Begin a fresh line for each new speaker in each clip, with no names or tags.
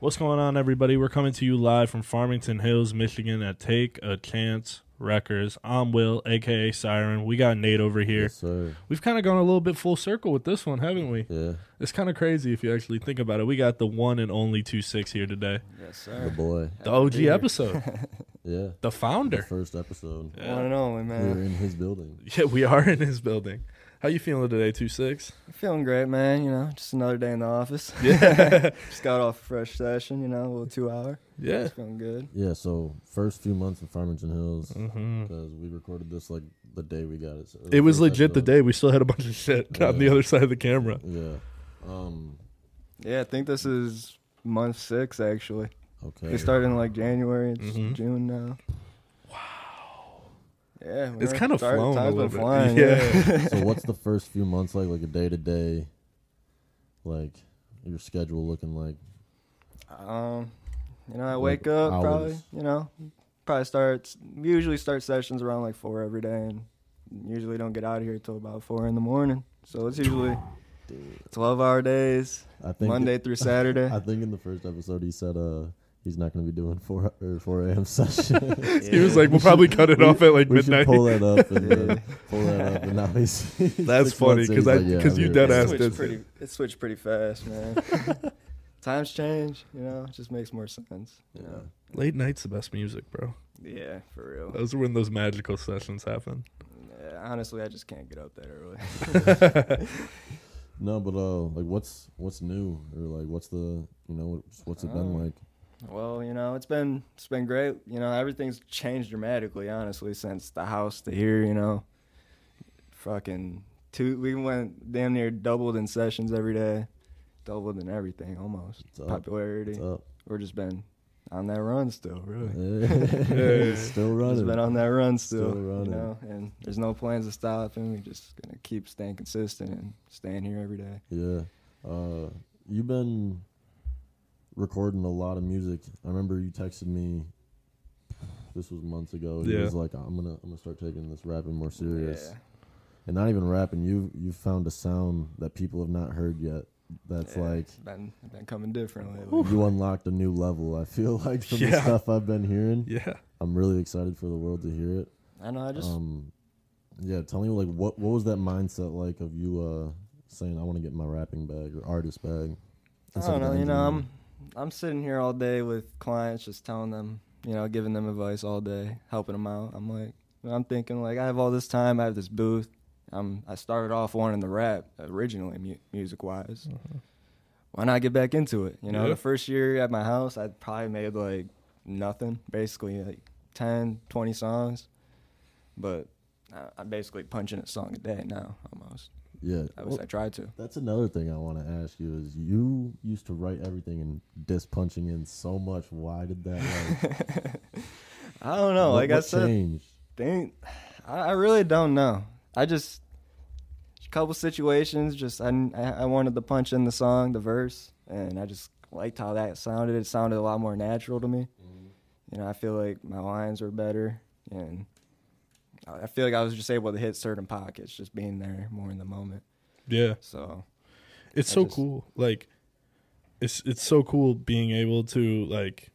What's going on, everybody? We're coming to you live from Farmington Hills, Michigan at Take a Chance Records. I'm Will, aka Siren. We got Nate over here.
Yes, sir.
We've kind of gone a little bit full circle with this one, haven't we?
Yeah,
It's kind of crazy if you actually think about it. We got the one and only 2 6 here today.
Yes,
the
sir.
boy.
The OG
Dude.
episode,
Yeah,
the
the
founder.
first episode.
One and only,
We were
man.
in his building.
Yeah, we are in his building. How you feeling today, 2 6?
Feeling great, man. You know, just another day in the office.
Yeah.
just got off a fresh session, you know, a little two hour.
Yeah.
It's feeling good.
Yeah, so first few months in Farmington Hills
Mm.
hmm
because we recorded this like the day we got it. so
It was
first
legit the
episode.
day we still had a bunch of shit on the
Yeah.
other side of the camera.
Yeah. Um.
Yeah, I think this is month six, actually.
Okay.
They started in like January. It's
Mhm.
June now. Wow. Yeah.
It's
man.
kind of
Sorry,
flown a
time's
little
been
bit.
flying.
Yeah.
so what's the first few months like? Like a day to day, like your schedule looking like?
Um, you know, I
Like
wake up
hours.
probably. You know, probably starts we usually start sessions around like four every day, and usually don't get out of here till about four in the morning. So it's usually twelve hour days,
I think
Monday through Saturday.
I think in the first episode he said uh he's not going to be doing four or four a.m. session.
He was like, we'll probably cut it off at like
we should
midnight.
pull that up and uh, pull that up and now he's.
That's
six
funny,
months in,
'cause
he's
I-
like, yeah,
'cause
I'm
you
here.
dead
it
ass
switched
did.
pretty. It switched pretty fast, man. Times change, you know. It just makes more sense. You know?
Late night's the best music, bro.
Yeah, for real.
Those are when those magical sessions happen.
Yeah, honestly, I just can't get up that early.
No, but uh, like what's what's new or like what's the you know what's, what's it been
Um,
like?
Well, you know, it's been it's been great. You know, everything's changed dramatically, honestly, since the house to here. You know, fucking two. We went damn near doubled in sessions every day, doubled in everything almost.
It's up.
Popularity.
It's up.
We're just been on that run still, really.
Hey, Still
Just
running.
been on that run still,
Still running.
you know. And there's no plans to stop, and we just gonna keep staying consistent and staying here every day.
yeah. Uh, you've been recording a lot of music. I remember you texted me. This was months ago. It
Yeah.
was like I'm gonna I'm gonna start taking this rapping more serious, and not even rapping. You you found a sound that people have not heard yet. That's
Yeah,
like
it's been been coming different lately.
you unlocked a new level. I feel like from the
Yeah.
stuff I've been hearing.
yeah.
I'm really excited for the world to hear it.
I know. I just
um, yeah, tell me like what what was that mindset like of you uh saying I want to get my rapping bag or artist bag?
I
instead
don't
of
know.
the
You know,
engineer?
I'm I'm sitting here all day with clients, just telling them, you know, giving them advice all day, helping them out. I'm like, I'm thinking like, I have all this time, I have this booth. Um, I started off wanting to rap originally, mu- music wise.
Mm-hmm.
Why not get back into it? You know,
Yeah.
the first year at my house, I probably made like nothing, basically like 10, 20 songs, but. I- I'm basically punching a song a day now, almost.
yeah.
At least
Well,
I try to.
that's another thing I want to ask you is you used to write everything and dis punching in so much. Why did that? Like,
Oh, I don't know.
what-
like I
what
said,
changed?
think I, I really don't know. I just a couple situations. Just I, I wanted the punch in the song, the verse, and I just liked how that sounded. It sounded a lot more natural to me. You know, I feel like my lines were better, and I I feel like I was just able to hit certain pockets, just being there more in the moment.
Yeah.
So
It's
I
so
just-
cool. Like it's it's so cool being able to like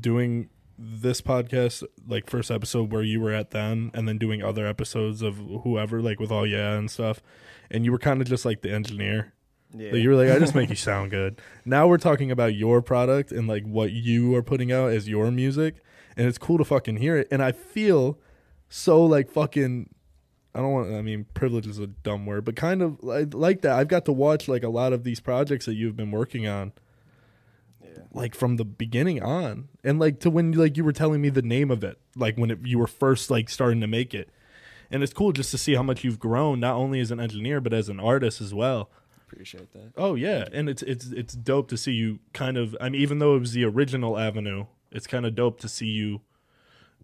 doing this podcast like first episode where you were at then and then doing other episodes of whoever like with all yeah and stuff and you were kind of just like the engineer
yeah,
Like, you were like, I just make you sound good. Now we're talking about your product and like what you are putting out as your music, and it's cool to fucking hear it. And I feel so like fucking. I don't want. I mean, privilege is a dumb word, but kind of like, like that. I've got to watch like a lot of these projects that you've been working on,
yeah.
like from the beginning on, and like to when like you were telling me the name of it, like when it, you were first like starting to make it. And it's cool just to see how much you've grown, not only as an engineer but as an artist as well.
appreciate that.
Oh yeah, and it's it's it's dope to see you kind of. I mean, even though it was the original avenue, it's kind of dope to see you,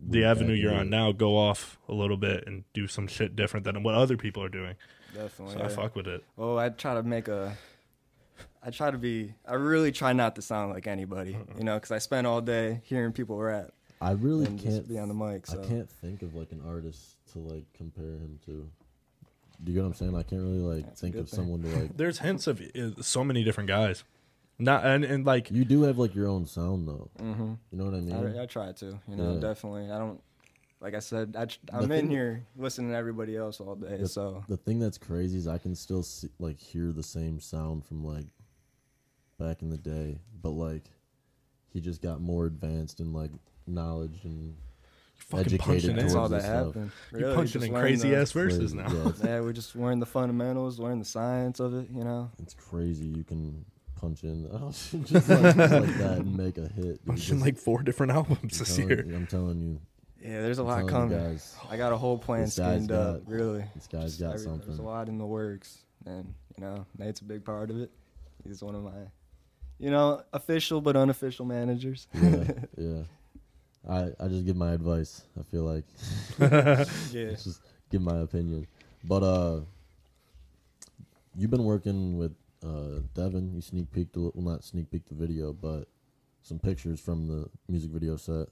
the
We're
avenue
back
you're
in
on
it.
now, go off a little bit and do some shit different than what other people are doing.
Definitely.
So I
yeah.
fuck with it.
Oh, I try to make a. I try to be. I really try not to sound like anybody, you know, because I spend all day hearing people rap
I really
and
can't
just be on the mic. So
I can't think of like an artist to like compare him to. Do you get what I'm saying? I can't really like
That's a
think
good
of
thing.
someone to like.
There's hints of uh, so many different guys. Not and, and like
You do have like your own sound though.
Mm-hmm.
You know what I mean?
I, I try to, you know,
Yeah.
definitely. I don't, like I said, I, tr-
The
I'm
thing-
in here listening to everybody else all day.
The-
so
The thing that's crazy is I can still see, like hear the same sound from like back in the day, but like he just got more advanced in like knowledge and
fucking
Educated
punching
that's
it.
towards
all that
yourself.
happened.
You're
Really,
punching
just
in
learn
crazy
the-
ass verses
Crazy,
now.
yeah, it's,
Yeah, we're just learning the fundamentals, learning the science of it, you know.
it's crazy. You can punch in just like, just like that and make a hit. dude.
Punching
Just-
like four different albums
I'm
this
telling-
year.
I'm telling you,
Yeah, there's a
I'm
lot
telling you
coming.
guys,
I got a whole plan
This guy's
schemed up,
got-
really.
this guy's
Just
got
every- There's a
something.
lot in the works, and you know Nate's a big part of it. He's one of my, you know, official but unofficial managers.
Yeah, yeah. I I just give my advice. I feel like
yeah.
just give my opinion. But uh, you've been working with uh Devin. You sneak peeked a little, well, not sneak peeked the video, but some pictures from the music video set.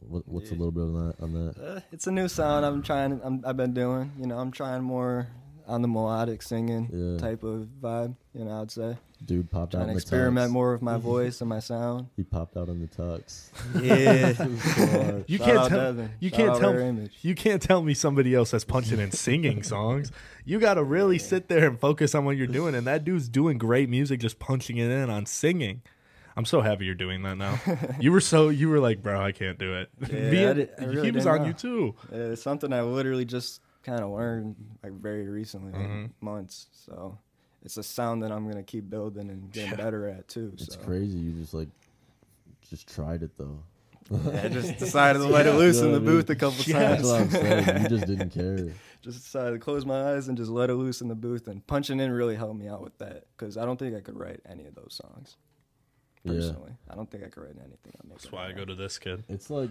What, what's a
Yeah.
little bit on that? On that,
Uh, it's a new sound I'm trying. I'm, I've been doing. You know, I'm trying more on the melodic singing
Yeah.
type of vibe. You know, I'd say
dude popped out.
trying
in
to
the
experiment
tux.
more with my voice and my sound.
He popped out on the tux.
Yeah.
Fuck.
You
Shout
can't
out
tell-
Devin.
you
Shout
can't
out
tell-
Rare Image.
You can't tell me somebody else that's punching and singing songs. You got to really sit there and focus on what you're doing. And that dude's doing great music, just punching it in on singing. I'm so happy you're doing that now. you were so you were like, bro, I can't do it.
Yeah,
Me
I
and-
did- I really
he was
didn't
on
know.
you too.
Uh, It's something I literally just kind of learned like very recently, like,
Mhm.
months. So it's a sound that I'm gonna keep building and getting
Yeah.
better at too.
It's
so
crazy. You just like just tried it though.
Yeah, I just decided to let it loose in
Yeah,
the
dude.
booth a couple
That's what I'm
times.
saying. You just didn't care.
just decided to close my eyes and just let it loose in the booth. And punching in really helped me out with that because I don't think I could write any of those songs
Yeah,
personally. I don't think I could write anything. I'm
That's why I go to this kid.
it's like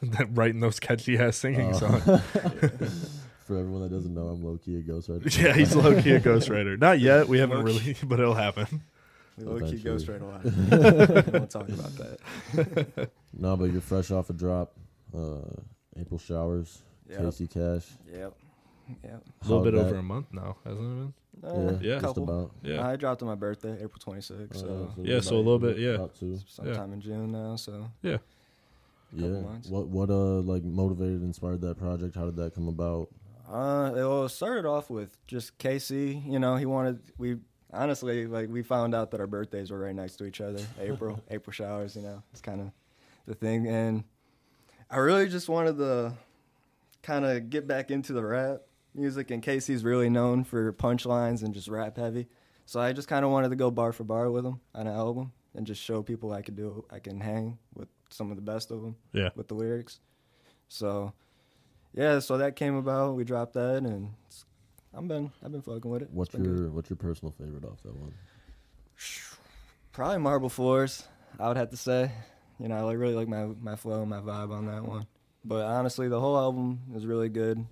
That writing those catchy ass singing
Oh.
songs.
For everyone that doesn't know, I'm low key a ghostwriter.
Yeah, he's low key a ghostwriter. Not yet. We haven't
Low-key.
really, but it'll happen.
We low key
Eventually.
ghost right a lot. I don't talk about that.
No, but you're fresh off a drop. Uh, April showers,
Yep.
Casey Cash.
Yep. Yep.
A little
How'd
bit
that-
over a month now, hasn't it been?
Uh,
Yeah,
Yeah.
just
couple.
about.
Yeah.
I dropped on my birthday, April 26th,
Uh,
so
Yeah, so a
about
little bit,
April,
yeah.
about two.
sometime in June now. So
Yeah.
couple months.
What what uh like motivated, inspired that project? How did that come about?
uh, it all started off with just KC. You know, he wanted we honestly like we found out that our birthdays were right next to each other. April, April showers. You know, it's kind of the thing, and I really just wanted to kind of get back into the rap music. And KC's really known for punchlines and just rap heavy. So I just kind of wanted to go bar for bar with him on an album and just show people I could do, I can hang with some of the best of them.
Yeah.
with the lyrics. So, yeah, so that came about. We dropped that, and it's, I'm been I've been fucking with it. It's
What's
been good.
your what's your personal favorite off that one?
probably marble floors? I would have to say. You know, I like- really like my my flow and my vibe on that one. But honestly, the whole album is really good.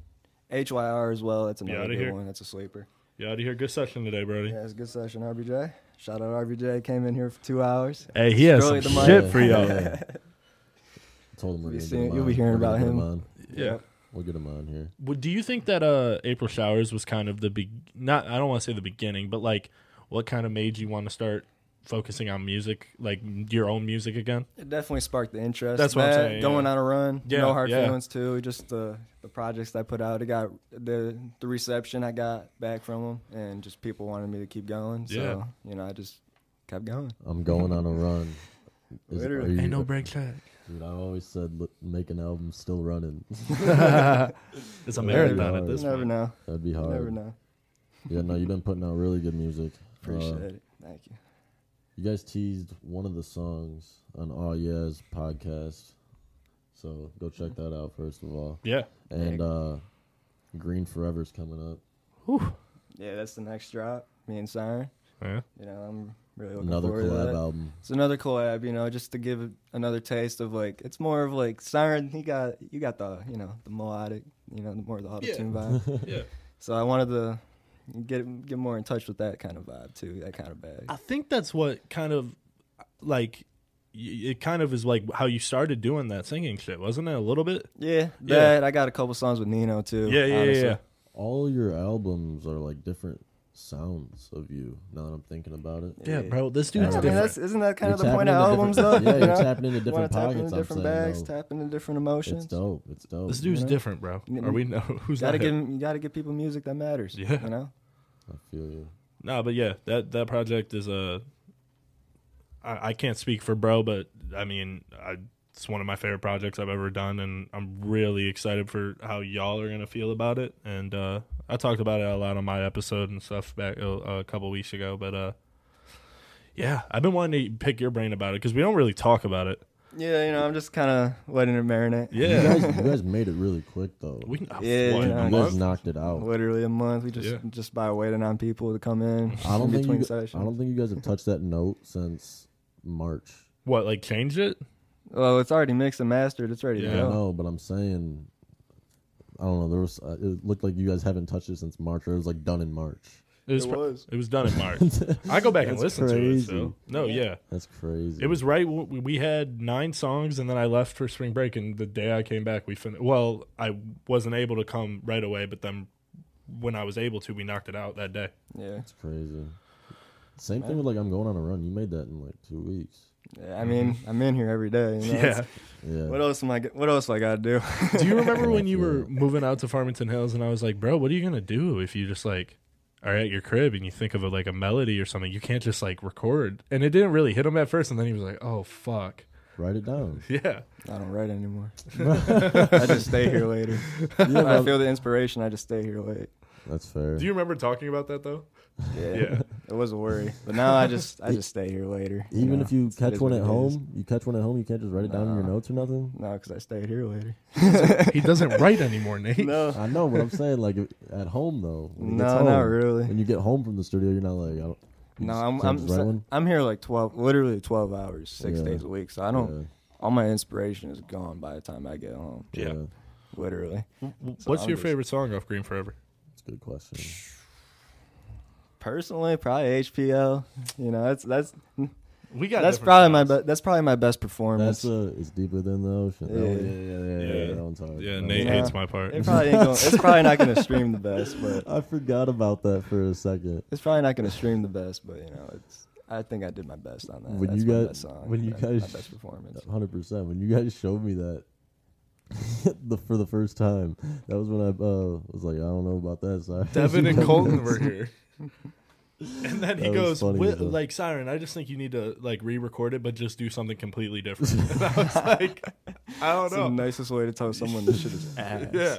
HYR as well. That's
Yeah,
another
outta
good
here.
one. That's a sleeper.
You out of here. Good session today, Brody.
Yeah, it's a good session, RBJ. Shout out RBJ. Came in here for two hours.
Hey, he has some
Scrolling the
shit
mic.
for y'all.
Yeah. Told him we're gonna
You'll be
get
seeing-
him
you'll be
on.
hearing
We're gonna
about
get
him.
on.
Yeah.
We'll get him on here.
Well, do you think that uh April Showers was kind of the be- not I don't want to say the beginning, but like what kind of made you want to start focusing on music, like your own music again?
It definitely sparked the interest.
That's what I'm
That,
saying,
Going
yeah.
on a run,
Yeah,
no hard
yeah.
feelings too. Just the the projects that I put out, it got the the reception I got back from them, and just people wanted me to keep going. So
Yeah.
you know, I just kept going.
I'm going on a run. Is- are
Literally.
you-
break track.
Dude, I always said look, make an album still running.
It's a
Yeah,
marathon
yeah.
at
You
this
never
point.
know.
That'd be
You
hard. Uh,
never know.
Yeah, no, you've been putting out really good music. Uh,
Appreciate it. Thank you.
You guys teased one of the songs on All Yeah's podcast. So go check that out first of all.
Yeah.
And uh Green Forever's coming up.
Yeah, that's the next drop. Me and Siren.
Yeah.
You know, I'm really looking
Another
forward to that.
collab album.
It's another collab, you know, just to give it another taste of like it's more of like Siren. He got you got the you know the melodic, you know, the more the auto tune vibe.
Yeah.
So I wanted to get get more in touch with that kind of vibe too, that kind of bag.
I think that's what kind of like y- it kind of is like how you started doing that singing shit, wasn't it? A little bit.
Yeah,
Yeah.
that I got a couple songs with Nino too.
Yeah, yeah, yeah,
honestly.
yeah.
All your albums are like different sounds of you. Now that I'm thinking about it,
Yeah,
Yeah.
bro, this
Yeah,
dude's
I mean,
I mean,
different.
that's, isn't that kind
You're
of the point of
tapping into
albums, though?
different- Yeah,
you
you're
know?
tapping into
Wanna
different
tap
pockets.
into
I'm
different
saying,
bags,
though.
tap into different
It's
emotions.
dope. It's dope.
This dude's
know?
different, bro.
Yeah,
Are we no? Who's
gotta
that?
give 'em- you gotta give people music that matters.
Yeah.
you know.
I feel you.
Nah, but yeah, that that project is a. I, I can't speak for bro, but I mean, I, it's one of my favorite projects I've ever done, and I'm really excited for how y'all are gonna feel about it. And uh, I talked about it a lot on my episode and stuff back uh, a couple weeks ago, but uh, yeah, I've been wanting to pick your brain about it because we don't really talk about it.
Yeah, you know, I'm just kind of letting it marinate.
You
Yeah,
guys, you guys made it really quick though.
we
Yeah,
what,
you know,
a
you guys
month?
knocked it out.
Literally a month. We just
Yeah.
just by waiting on people to come in.
I don't think
in
you,
between
gu-
sessions.
I don't think you guys have touched that note since March.
what like changed it?
Well, it's already mixed and mastered. It's ready
Yeah.
to
I
go.
know, but I'm saying, I don't know. There was uh, it looked like you guys haven't touched it since March, or it was like done in March.
It was,
It
pro-
was.
it was done in March. I go back and
That's
listen
crazy.
to it. So no, yeah.
That's crazy.
It was right. w- We had nine songs, and then I left for spring break. And the day I came back, we finished. Well, I wasn't able to come right away, but then when I was able to, we knocked it out that day.
Yeah.
It's crazy. Same thing with like I'm going on a run. You made that in like two weeks.
yeah. I mean, I'm in here every day. You know? It's-
Yeah.
What else am I? get- What else do I gotta do?
do you remember when you were moving out to Farmington Hills, and I was like, "Bro, what are you gonna do if you just like are at your crib and you think of a, like a melody or something? You can't just like record." And it didn't really hit him at first, and then he was like, "Oh fuck,
Write it down.
yeah."
I don't write anymore. I just stay here later. When I feel the inspiration. I just stay here late.
That's fair.
Do you remember talking about that though?
Yeah.
Yeah.
It was a worry, but now I just I just stay here later.
Even if you
It
catch
is
one
what
at
it is.
home, you catch one at home. You can't just write it down in your
Nah.
notes or nothing.
no, because I stayed here later.
he doesn't write anymore, Nate.
No,
I know what I'm saying. Like if- at home though. when he
no,
gets home,
not really.
When you get home from the studio, you're not like I don't. you
No,
just
I'm
can't
I'm,
just write
si
one?
am here like twelve, literally twelve hours, six
Yeah.
days a week. So I don't.
Yeah,
All my inspiration is gone by the time I get home.
Yeah.
Literally,
What's
I'm
your
just-
favorite song off Green Forever?
It's a good question.
personally, probably HPL. You know, that's that's
We got
that's
different
probably
songs.
my be- that's probably my best performance.
That's uh, it's deeper than the ocean. That one- yeah, yeah, yeah, yeah,
Yeah.
That one's hard.
Yeah,
That
Nate
Yeah.
one's-
hates my part.
it probably ain't gonna, it's probably not going to stream the best, but
I forgot about that for a second.
it's probably not going to stream the best. But you know, it's I think I did my best on that.
When
that's
you
my
got-
best song.
when you
that's my
guys-
best performance.
Hundred percent. When you guys showed me that the for the first time, that was when I uh, was like, I don't know about that. Sorry.
Devin and Colton were here. And then he
That was
goes,
funny
"Wi-
as hell.
like Siren, I just think you need to like re-record it, but just do something completely different. And I was like, I don't
It's the
know.
nicest way to tell someone this shit is ass.
Yeah,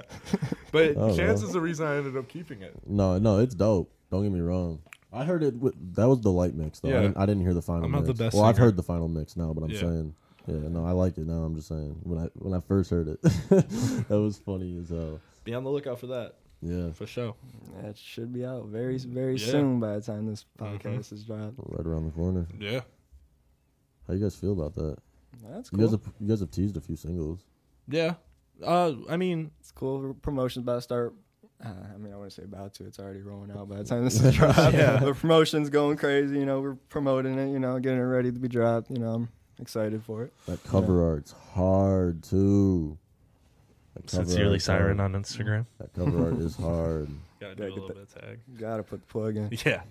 but
Oh,
chance
well.
is the reason I ended up keeping it.
No, no, it's dope. Don't get me wrong. I heard it. With, that was the light mix, though.
Yeah.
I, didn't, I didn't hear the final.
I'm not the
mix.
best
Well, I've
singer.
heard the final mix now, but I'm
Yeah.
saying, yeah, no, I like it now. I'm just saying when I when I first heard it, that was funny as hell.
Be on the lookout for that
Yeah,
for sure.
That should be out very, very
Yeah.
soon by the time this
Mhm.
podcast is dropped.
right around the corner.
Yeah,
How you guys feel about that?
That's
You
cool.
guys have you guys have teased a few singles.
yeah. Uh, I mean,
it's cool. Promotion's about to start. Uh, I mean, I wouldn't say about to. It's already rolling out by the time this is dropped.
Yeah.
The promotion's going crazy. You know, we're promoting it. You know, getting it ready to be dropped. You know, I'm excited for it.
That cover art's hard too. That cover uh,
sincerely,
art's
Siren
hard.
on Instagram.
That cover art is hard.
Gotta do a
do a Yeah,
little
get little
bit
that-
of tag.
Gotta put the plug in.
Yeah.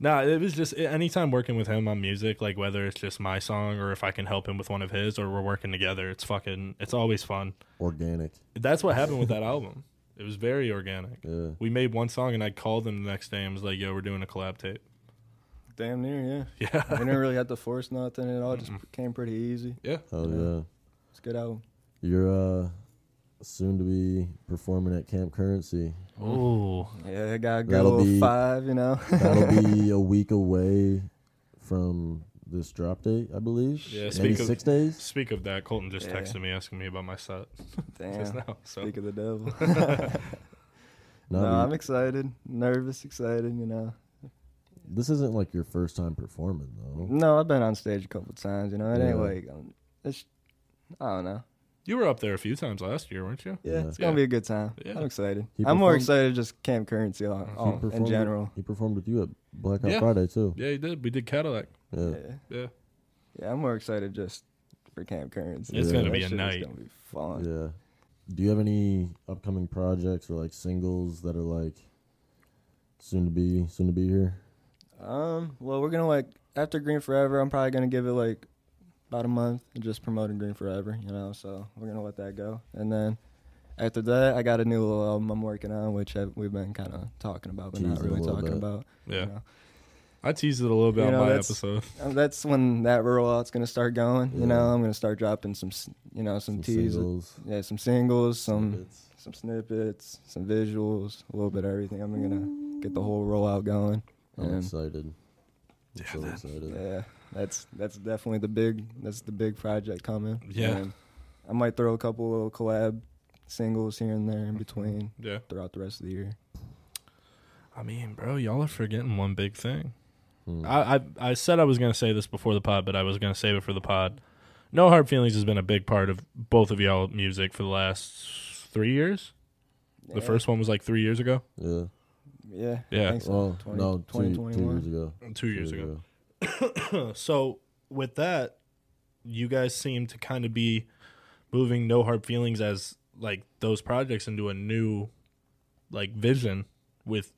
no, it was just anytime working with him on music, like whether it's just my song or if I can help him with one of his or we're working together, it's fucking, it's always fun.
Organic.
That's what happened with that album. It was very organic.
Yeah.
We made one song and I called him the next day and was like, yo, we're doing a collab tape.
Damn near, yeah.
Yeah.
We didn't really have to force nothing at all. It Just came pretty easy.
Yeah.
Hell
Yeah.
yeah.
It's a good album.
You're uh soon to be performing at Camp Currency.
Oh.
Yeah, it got a good
That'll
little
be-
five. You know.
That'll be a week away from this drop date, I believe.
Yeah,
Maybe
speak of-
six days.
Speak of that, Colton just
Yeah.
texted me asking me about my set just
Damn.
now. So
Speak of the devil.
No,
no,
I mean,
I'm excited, nervous, excited. You know,
this isn't like your first time performing though.
no, I've been on stage a couple times. You know, it
Yeah.
ain't like um, it's. I don't know.
you were up there a few times last year, weren't you?
Yeah,
Yeah.
it's gonna
Yeah.
be a good time.
Yeah.
I'm excited.
He
I'm more
performed-
excited just camp currency all, all- oh, in
performed-
general.
He performed with you at Blackout
Yeah.
Friday too.
Yeah, you did. We did Cadillac.
Yeah.
Yeah.
Yeah.
yeah, I'm more excited just for camp currency.
It's
Yeah. gonna
That
be a
shit is
night.
gonna be fun.
Yeah. Do you have any upcoming projects or like singles that are like Soon to be, soon to be here.
Um, well, we're gonna like after Green Forever, I'm probably gonna give it like about a month and just promoting Green Forever, you know. So we're gonna let that go, and then after that, I got a new little album I'm working on, which I, we've been kind of talking about, but not
Teasing a
really
little bit.
talking about.
Yeah.
you know.
I teased it a little bit
You know,
on my
that's-
episode.
Um, that's when that rollout's gonna start going. You
Yeah.
know, I'm gonna start dropping some, s- you know, some, Um,
Some
teas,
singles.
yeah, some singles, some
snippets.
some snippets, some visuals, a little bit of everything. I'm gonna get the whole rollout going.
I'm
And
excited. I'm so excited.
yeah, that's that's definitely the big that's the big project coming.
Yeah.
And I might throw a couple little collab singles here and there in between
Yeah.
throughout the rest of the year.
I mean, bro, y'all are forgetting one big thing.
Hmm.
I, I I said I was gonna say this before the pod, but I was gonna save it for the pod. No hard feelings has been a big part of both of y'all music for the last three years. The
Yeah.
first one was like three years ago.
yeah.
yeah,
Yeah.
I think so.
Well,
20
no, two, two
2021.
years ago.
Two years ago. So with that, you guys seem to kind of be moving no hard feelings as like those projects into a new like vision with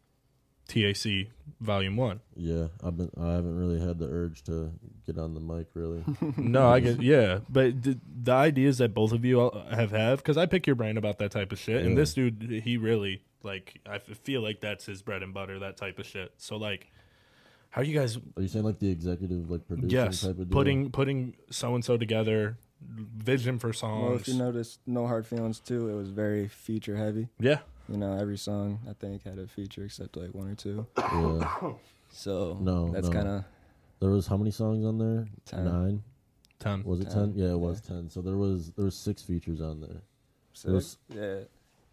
TAC Volume One.
Yeah, I've been. I haven't really had the urge to get on the mic. Really,
No, I get yeah, but the, the ideas that both of you all have have because I pick your brain about that type of shit, and
Yeah.
this dude he really like I f- feel like that's his bread and butter that type of shit. So like, how you guys
are you saying like the executive like producing
yes
type of deal?
putting putting so and so together, vision for
Well,
songs,
if you notice, no hard feelings too. It was very feature heavy.
yeah,
You know, every song I think had a feature except like one or two.
Yeah.
So
No,
that's
no.
kind of
There was how many songs on there?
Ten.
Nine.
ten.
Was it ten?
Ten,
Yeah, it was ten. So there was there was six features on there,
sick.
was-
Yeah,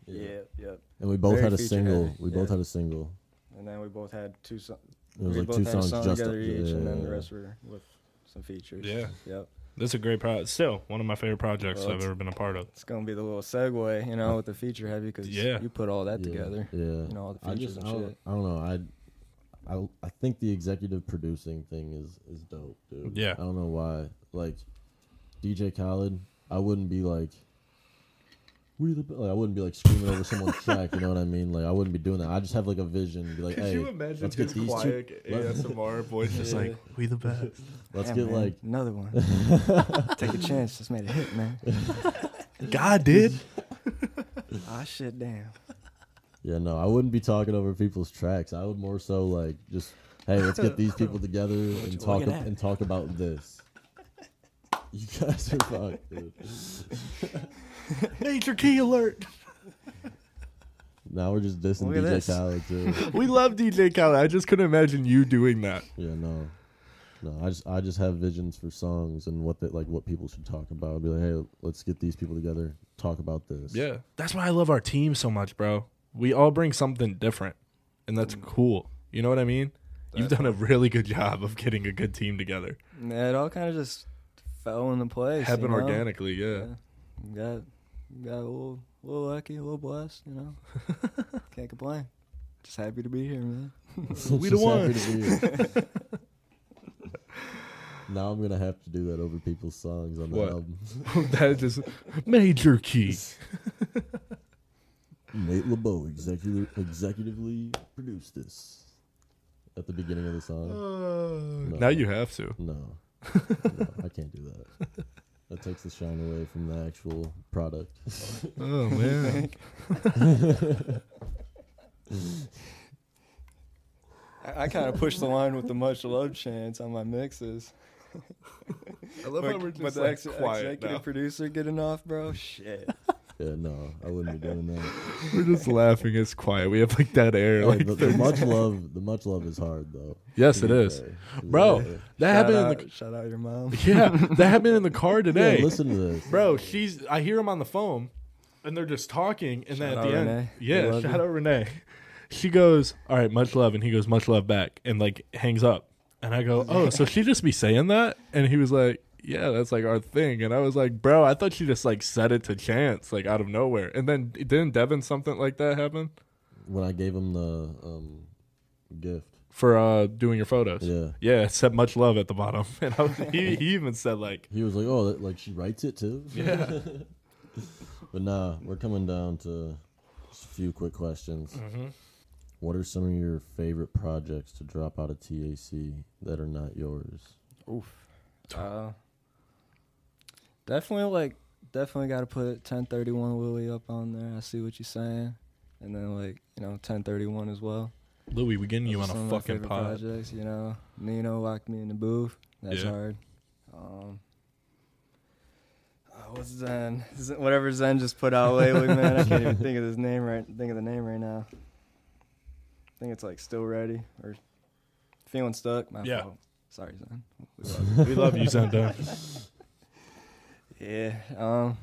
Yeah.
yeah, yeah.
and we both
Very
had a
feature
single.
heavy,
We
yeah.
both had a single.
And then we both had two songs.
It was
we
like
both
two
had
songs
a song
just
together
yeah,
each, and
yeah,
then the
yeah.
rest were with some features.
Yeah.
Yep.
That's a great project. Still one of my favorite projects
Well,
I've
it's-
ever been a part of.
It's gonna be the little segue, you know, with the feature heavy because
Yeah.
you put all that
yeah,
together.
Yeah.
You know, all the
I
features
just I
and
don't,
shit.
I don't know. I, I I think the executive producing thing is is dope, dude.
Yeah.
I don't know why. Like DJ Khaled, I wouldn't be like we the be-" like I wouldn't be like screaming over someone's track, you know what I mean? Like I wouldn't be doing that. I just have like a vision, be like, hey, let's get these two, let's-
ASMR voice?
just like,
we the best.
let's
Damn,
get
man,
like
another one. Take a chance. Just made a hit, man.
God did.
Ah, shit, damn.
Yeah, no, I wouldn't be talking over people's tracks. I would more so like just, hey, let's get these people together and talk
looking at?
and talk about this. You guys are fucked, dude.
Nature key alert.
Now we're just dissing
Look at
DJ
this.
Khaled too.
We love DJ Khaled. I just couldn't imagine you doing that.
Yeah, no, no. I just I just have visions for songs and what that like what people should talk about. I'd be like, hey, let's get these people together, talk about this.
Yeah. That's why I love our team so much, bro. We all bring something different, and that's cool. You know what I mean? You've done a really good job of getting a good team together.
Yeah, it all kind of just fell into place.
Happened
you know?
organically, yeah.
Got got a little, little lucky, a little blessed. You know, can't complain. Just happy to be here, man.
We the
Just happy to be here. now I'm gonna have to do that over people's songs on the
What?
album.
that just major key.
Nate LeBeau executive, executively produced this at the beginning of the song.
Uh. Now you have to.
No, no I can't do that. That takes the shine away from the actual product.
Oh man.
I, I kind of pushed the line with the much love chants on my mixes.
I love
but but the ex- executive producer getting off, bro. Shit.
Yeah, no, I wouldn't be doing that.
We're just laughing. It's quiet. We have like dead air.
Hey,
Like
the, the much love, the much love is hard though.
yes,
to
it
be
is,
fair.
bro.
Yeah.
That
shout,
happened.
out,
In
shout out your mom.
the, yeah, that happened in the car
Yeah,
today,
listen to this.
bro. She's. I hear him on the phone, and they're just talking. And then
Shout
at the
out
end,
Renee. We
yeah,
love
shout
you.
out Renee. She goes, "All right, much love," and he goes, "Much love back," and like hangs up. And I go, "Oh, so she just be saying that?" And he was like. Yeah, that's like our thing, and I was like, "Bro, I thought she just like said it to chance, like out of nowhere." And then didn't Devin something like that happen
When I gave him the um, gift,
for uh doing your photos?
yeah,
Yeah, it said much love at the bottom, and I was, he he even said like,
he was like, "Oh, that, like she writes it too."
yeah,
But nah, we're coming down to just a few quick questions. What are some of your favorite projects to drop out of TAC that are not yours?
Oof. Uh, definitely like definitely got to put 1031 Willie up on there. I see what you're saying, and then like you know 1031 as well.
Louis, we getting you
Those
on
are some
a
of my
fucking
favorite
pod.
Projects, you know, Nino locked me in the booth. That's
Yeah.
hard. Um, uh, what's Zen? Zen? Whatever Zen just put out lately, man. I can't even think of his name right. Think of the name right now. I think it's like still ready or feeling stuck. My
Yeah.
fault. Sorry, Zen.
we love you, Zenda.
Yeah. Um,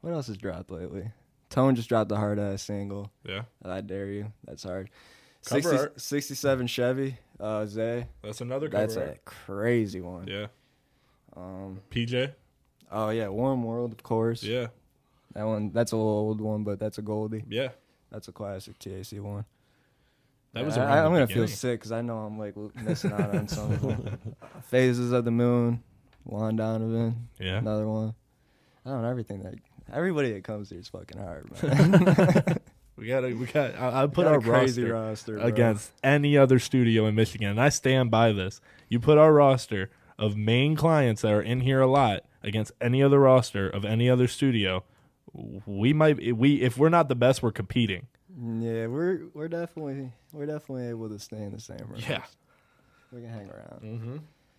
what else has dropped lately? Tone just dropped a hard ass single.
Yeah,
I dare you. That's hard.
Cover
60,
art.
67 Chevy. Uh, Zay.
that's another cover.
That's a
art.
crazy one.
Yeah,
Um.
PJ.
Oh yeah, Warm World, of course.
Yeah,
That one. That's a little old one, but that's a Goldie.
yeah.
That's a classic TAC one.
That was.
I,
around
I,
the
I'm gonna feel
beginning.
sick because I know I'm like missing out on some of them. Phases of the Moon, Juan Donovan,
Yeah.
another one. I don't know everything that everybody that comes here is fucking hard, man.
We got. We got. I, I put
Got a
our
crazy
roster
roster bro.
against any other studio in Michigan, and I stand by this. You put our roster of main clients that are in here a lot against any other roster of any other studio. We might. We if we're not the best, we're competing.
Yeah, we're we're definitely we're definitely able to stay in the same room.
Yeah.
we can hang around.
Mm-hmm.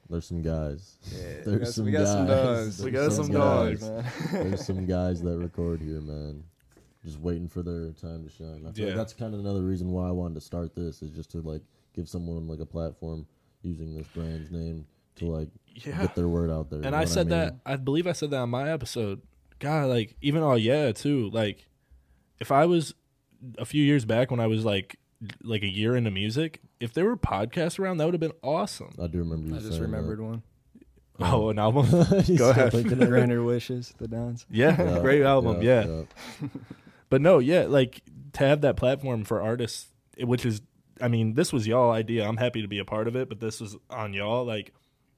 There's some guys.
Yeah,
There's
we got,
some
we got some
guys.
dogs.
We got some
dogs.
man.
There's some guys that record here, man. Just waiting for their time to shine. I feel
Yeah.
like that's kind of another reason why I wanted to start this is just to like give someone like a platform using this brand's name to like
Yeah.
get their word out there. you
And
know
I
what
said
mean?
that I believe I said that on my episode. God, like even all yeah too. Like if I was a few years back when I was like like a year into music, if there were podcasts around, that would have been awesome.
I do remember. You
I just remembered one.
Oh, an album.
one.
Go ahead.
Granted wishes, the Dons.
Yeah, great album. Yeah, but no, yeah, like to have that platform for artists, it- which is, I mean, this was y'all idea. I'm happy to be a part of it, but this was on y'all. Like,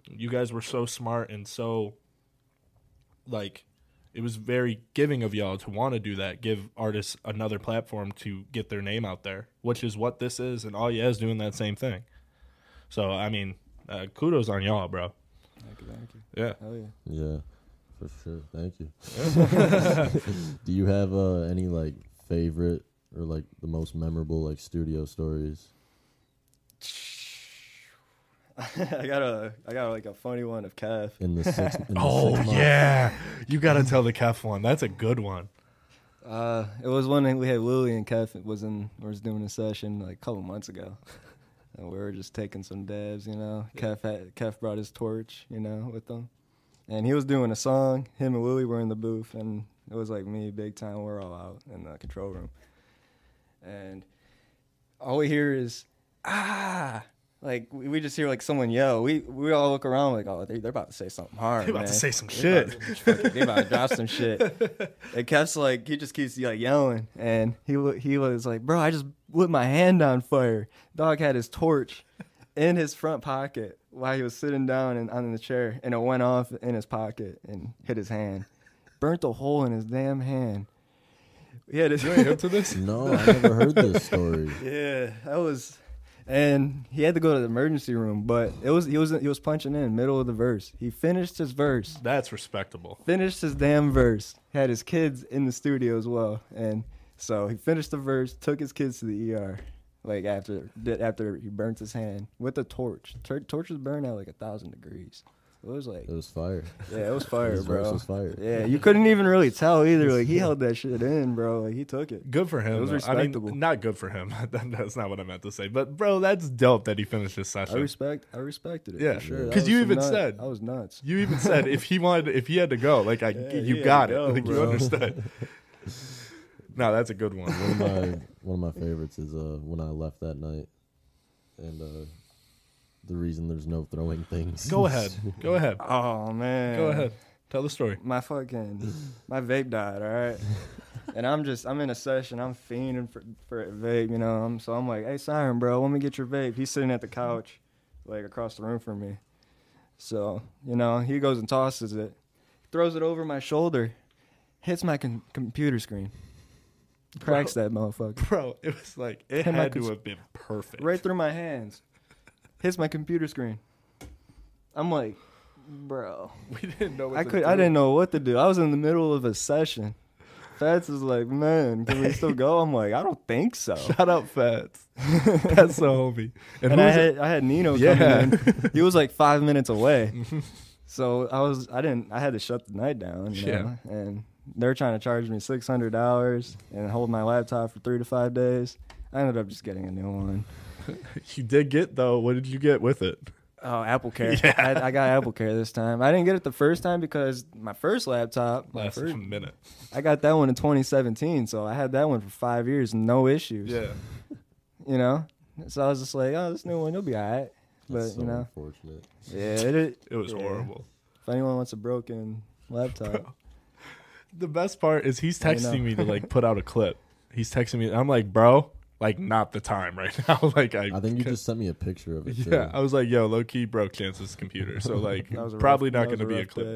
you guys were so smart and so, like, it was very giving of y'all to want to do that. Give artists another platform to get their name out there, which is what this is, and all yeah is doing that same thing. So, I mean, uh, kudos on y'all, bro.
Thank you, thank you.
Yeah.
Hell yeah.
Yeah, for sure. Thank you. Do you have uh, any like favorite or like the most memorable like studio stories?
I got a, I got like a funny one of Kev.
in the six. In the
Oh
six months.
yeah, you got to tell the Kef one. That's a good one.
Uh, it was one that we had Lily and Kev was in, was doing a session like a couple months ago, and we were just taking some dabs, you know. Kev had, Kev brought his torch, you know, with him, and he was doing a song. Him and Lily were in the booth, and it was like me, big time. We're all out in the control room, and all we hear is ah. Like we we just hear like someone yell. We we all look around like, oh, they, they're about to say something hard.
They about to
man.
say some
They about to- fucking- they about to drop some shit. And Kev's like, he just keeps like yelling, and he wa- he was like, bro, I just lit my hand on fire. Dog had his torch in his front pocket while he was sitting down and on the chair, and it went off in his pocket and hit his hand, burnt a hole in his damn hand. He had his
to this?
No, I never heard this story.
yeah, that was, and he had to go to the emergency room, but it was he was he was punching in middle of the verse. He finished his verse,
That's respectable.
finished his damn verse. Had his kids in the studio as well, and so he finished the verse, took his kids to the ER, like after did after he burnt his hand with a torch. Tor- torches burn at like a thousand degrees. It was like
It was fire.
yeah, it was fire,
His verse
bro.
was fire.
Yeah, you couldn't even really tell either. Like he held that shit in, bro. Like he took it.
Good for him.
It was
though. I
respectable.
mean, not good for him. That- that's not what I meant to say. But bro, that's dope that he finished his
I
session.
respect. I respected it.
Yeah.
for sure. That
'Cause
was
you
some
even
nuts-
said-
I was nuts.
you even said if he wanted, if he had to go, like I,
Yeah, he
you
had
got it.
to go,
like you
bro.
understood. no, that's a good one.
One of my Uh, one of my favorites is uh when I left that night, and uh the reason there's no throwing things.
Go ahead. Go ahead.
Oh man.
Go ahead. Tell the story.
My fucking my vape died, all right? and I'm just I'm in a session, I'm fiending for for a vape, you know. I'm so I'm like, hey Siren, bro, let me get your vape. He's sitting at the couch, like across the room from me. So, you know, he goes and tosses it, throws it over my shoulder, hits my com- computer screen. Cracks that motherfucker.
Bro, it was like it
And my
had to
cons-
have been perfect.
Right through my hands. Hits my computer screen. I'm like, bro.
We didn't know. What
I
to
could
do.
I didn't know what to do. I was in the middle of a session. Fats is like, man, can we still go? I'm like, I don't think so.
Shout out Fats. That's a homie.
And,
who
I
was it?
had I had Nino
Yeah.
coming in. He was like five minutes away. so I was I didn't I had to shut the night down. You
Yeah.
know? And they're trying to charge me six hundred dollars and hold my laptop for three to five days. I ended up just getting a new one.
you did get though. What did you get with it?
Oh, Apple Care. I, I got Apple Care this time. I didn't get it the first time because my first laptop, my
Last
first-
minute.
I got that one in 2017, so I had that one for five years, no issues.
Yeah.
You know, so I was just like, oh, this new one, you'll be all right. But
That's so
you know,
unfortunate.
yeah, it, it,
It was
yeah.
horrible.
If anyone wants a broken laptop,
The best part is he's
I know.
texting me to like put out a clip. He's texting me. I'm like, bro, like not the time right now. like I,
I think you
ca-
just sent me a picture of it. too.
Yeah, I was like, yo, low key broke Chance's computer. So like
That was a rough-
probably
that
not
was
gonna
a
be a
rough
clip
day.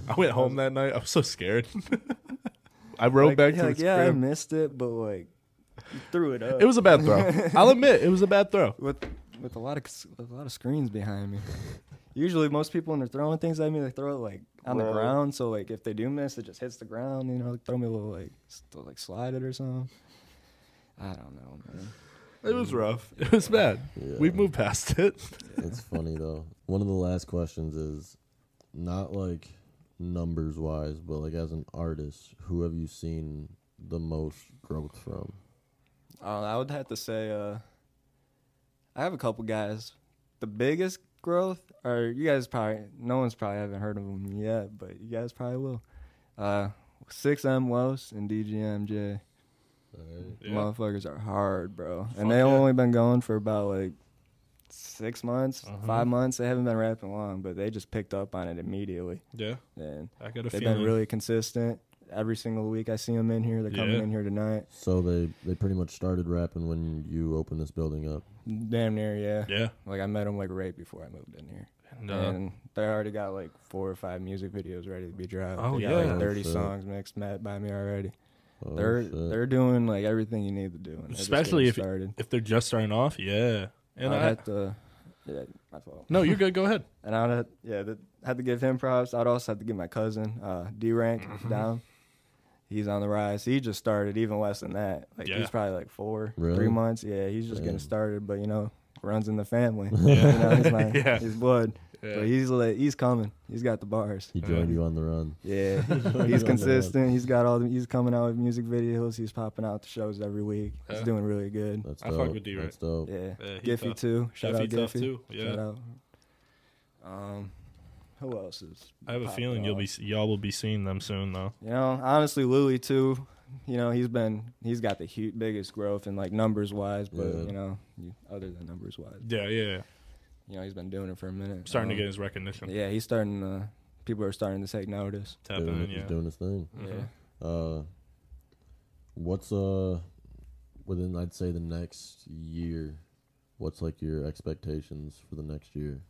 night. I went home that night. I was so scared. I rode
like,
back
yeah,
to
like,
the
yeah, I
crib.
missed it, but like, you threw it up
It was a bad throw. I'll admit, it was a bad throw.
with with a lot of s- with a lot of screens behind me. Usually, most people when they're throwing things at me, they throw it like on the
Right.
ground. So like, if they do miss, it just hits the ground. You know, throw me a little like, s- like slide it or something. I don't know, man.
It was rough. It was bad.
Yeah.
We've moved past it.
It's funny though. One of the last questions is not like numbers wise, but like as an artist, who have you seen the most growth from?
Uh, I would have to say uh, I have a couple guys. The biggest growth, or you guys probably, no one's probably haven't heard of them yet, but you guys probably will. Uh, 6M Los and DGMJ. Motherfuckers are hard, bro.
Fuck
and they
yeah.
only been going for about like six months,
Uh-huh.
five months. They haven't been rapping long, but they just picked up on it immediately.
Yeah,
And
I got a
they've been really consistent. Every single week I see them in here. They're coming
Yeah.
in here tonight.
So they they pretty much started rapping when you opened this building up.
Damn near, yeah.
yeah. uh,
Like I met them like right before I moved in here, and they already got like four or five music videos ready to be dropped.
Oh,
they got
yeah.
like thirty
Oh, shit.
songs mixed met by me already.
Oh,
they're
shit.
they're doing like everything you need to do, and they're just
Especially
getting
if-
started.
if they're just starting off, yeah. And
I'd
I,
have to, yeah, my fault.
no, you're good. Go ahead.
And I'd have, yeah, that, had to give him props. I'd also have to give my cousin uh, D Rank
Mm-hmm.
down. He's on the rise. He just started even less than that. Like
Yeah.
he's probably like four,
Really?
three months. Yeah, he's just
Damn.
getting started. But you know, runs in the family.
Yeah.
you know, he's my,
Yeah.
he's blood. But he's like, he's coming. He's got the bars.
he joined you on the run.
Yeah,
Joined you on
he's
the
consistent. He's got all. The, he's coming out with music videos. He's popping out to shows every week. He's
Yeah.
doing really
run.
good.
That's
I
dope.
fuck with D-Ray.
That's dope.
Yeah,
Yeah, he
Giffy
tough.
too. Shout
Giffy
out
tough
Giffy.
too, yeah.
Shout out. Um, who else is?
I have a
popping
feeling you'll
off?
be y'all will be seeing them soon though.
You know, honestly, Lily too. You know, he's been he's got the huge, biggest growth in like numbers wise, but
Yeah.
you know, you, other than numbers wise,
Yeah, yeah. yeah.
you know, he's been doing it for a minute.
Starting
Uh,
Um,
to get his recognition.
Yeah, he's starting. Uh, people are starting to take notice.
Tapping
Doing-
in,
He's
yeah.
doing his thing.
Mhm.
Uh, what's uh within I'd say the next year? What's like your expectations for the next year?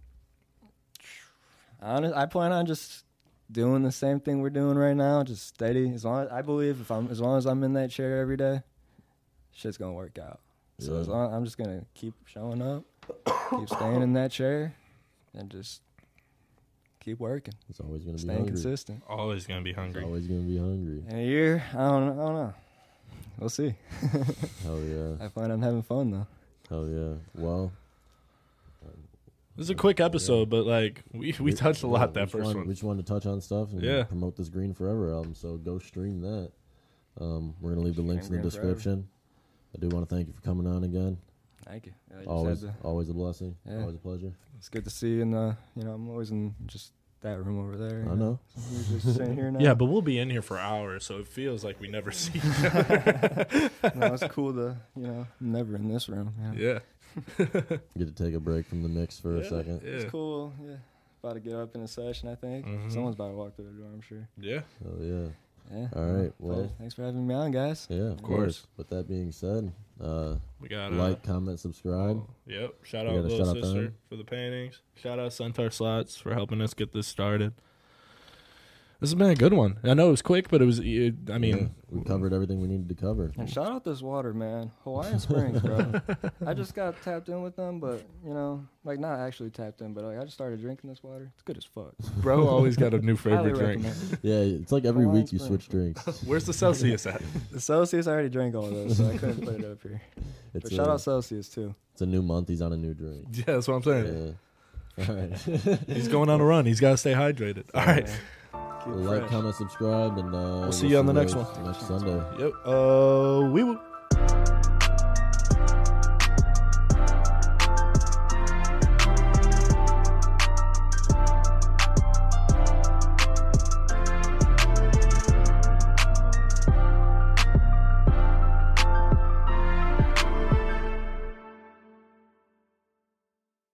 Honest, I plan on just doing the same thing we're doing right now, just steady. As long as I believe, if I'm as long as I'm in that chair every day, shit's gonna work out. So
Yeah.
as long I'm just gonna keep showing up, keep staying in that chair, and just keep working,
It's always gonna be
staying
hungry.
consistent.
Always gonna be hungry.
Always gonna be hungry.
In a year, I don't, I don't know. We'll see.
Hell yeah.
I plan on having fun though.
Hell yeah. Well,
This is a quick episode, but like we, we touched a
yeah,
lot
we
that
just
first
wanted- We
one.
just wanted to touch on stuff and
Yeah.
promote this Green Forever album. So go stream that. Um, we're gonna leave the links in the
Green Forever.
description. I do want to thank you for coming on again.
Thank you. Yeah, like you said,
Always,
uh,
always a blessing.
Yeah.
Always a pleasure.
it's good to see you. And uh, you know, I'm always in just that room over there.
I know.
You're just sitting here now.
Yeah, but we'll be in here for hours, so it feels like we never see. each other.
no, it's cool to you know I'm never in this room. Yeah.
yeah,
Get to take a break from the mix for a
Yeah,
second.
Yeah,
It's cool. Yeah, about to get up in a session. I think
Mhm.
someone's about to walk through the door. I'm sure.
yeah.
Hell yeah.
Yeah.
All right,
But
well-
thanks for having me on, guys.
Yeah, of
course.
course. With that being said, uh,
We got uh,
like, comment, subscribe.
Yep. Shout
We
out
gotta
little
shout out
sister
them.
for the paintings. Shout out Centaur Slots for helping us get this started. This has been a good one. I know it was quick, but it was. It, I mean,
we covered everything we needed to cover.
And shout out this water, man. Hawaiian Springs, bro. I just got tapped in with them, but you know, like not actually tapped in, but like I just started drinking this water. It's good as fuck.
bro always got a new favorite
Highly
drink.
recommend it.
Yeah, it's like every
Hawaiian
week you
Springs.
switch drinks.
Where's the Celsius at?
The Celsius, I already drank all of those, so I couldn't put it up here. But
It's
shout
a,
out Celsius too.
it's a new month. He's on a new drink.
Yeah, that's what I'm saying.
Yeah. All right.
He's going on a run. He's got to stay hydrated. All right.
Keep it
like,
fresh.
comment, subscribe, and uh,
We'll see you on the next
guys Next Sunday.
Yep. Uh, we will.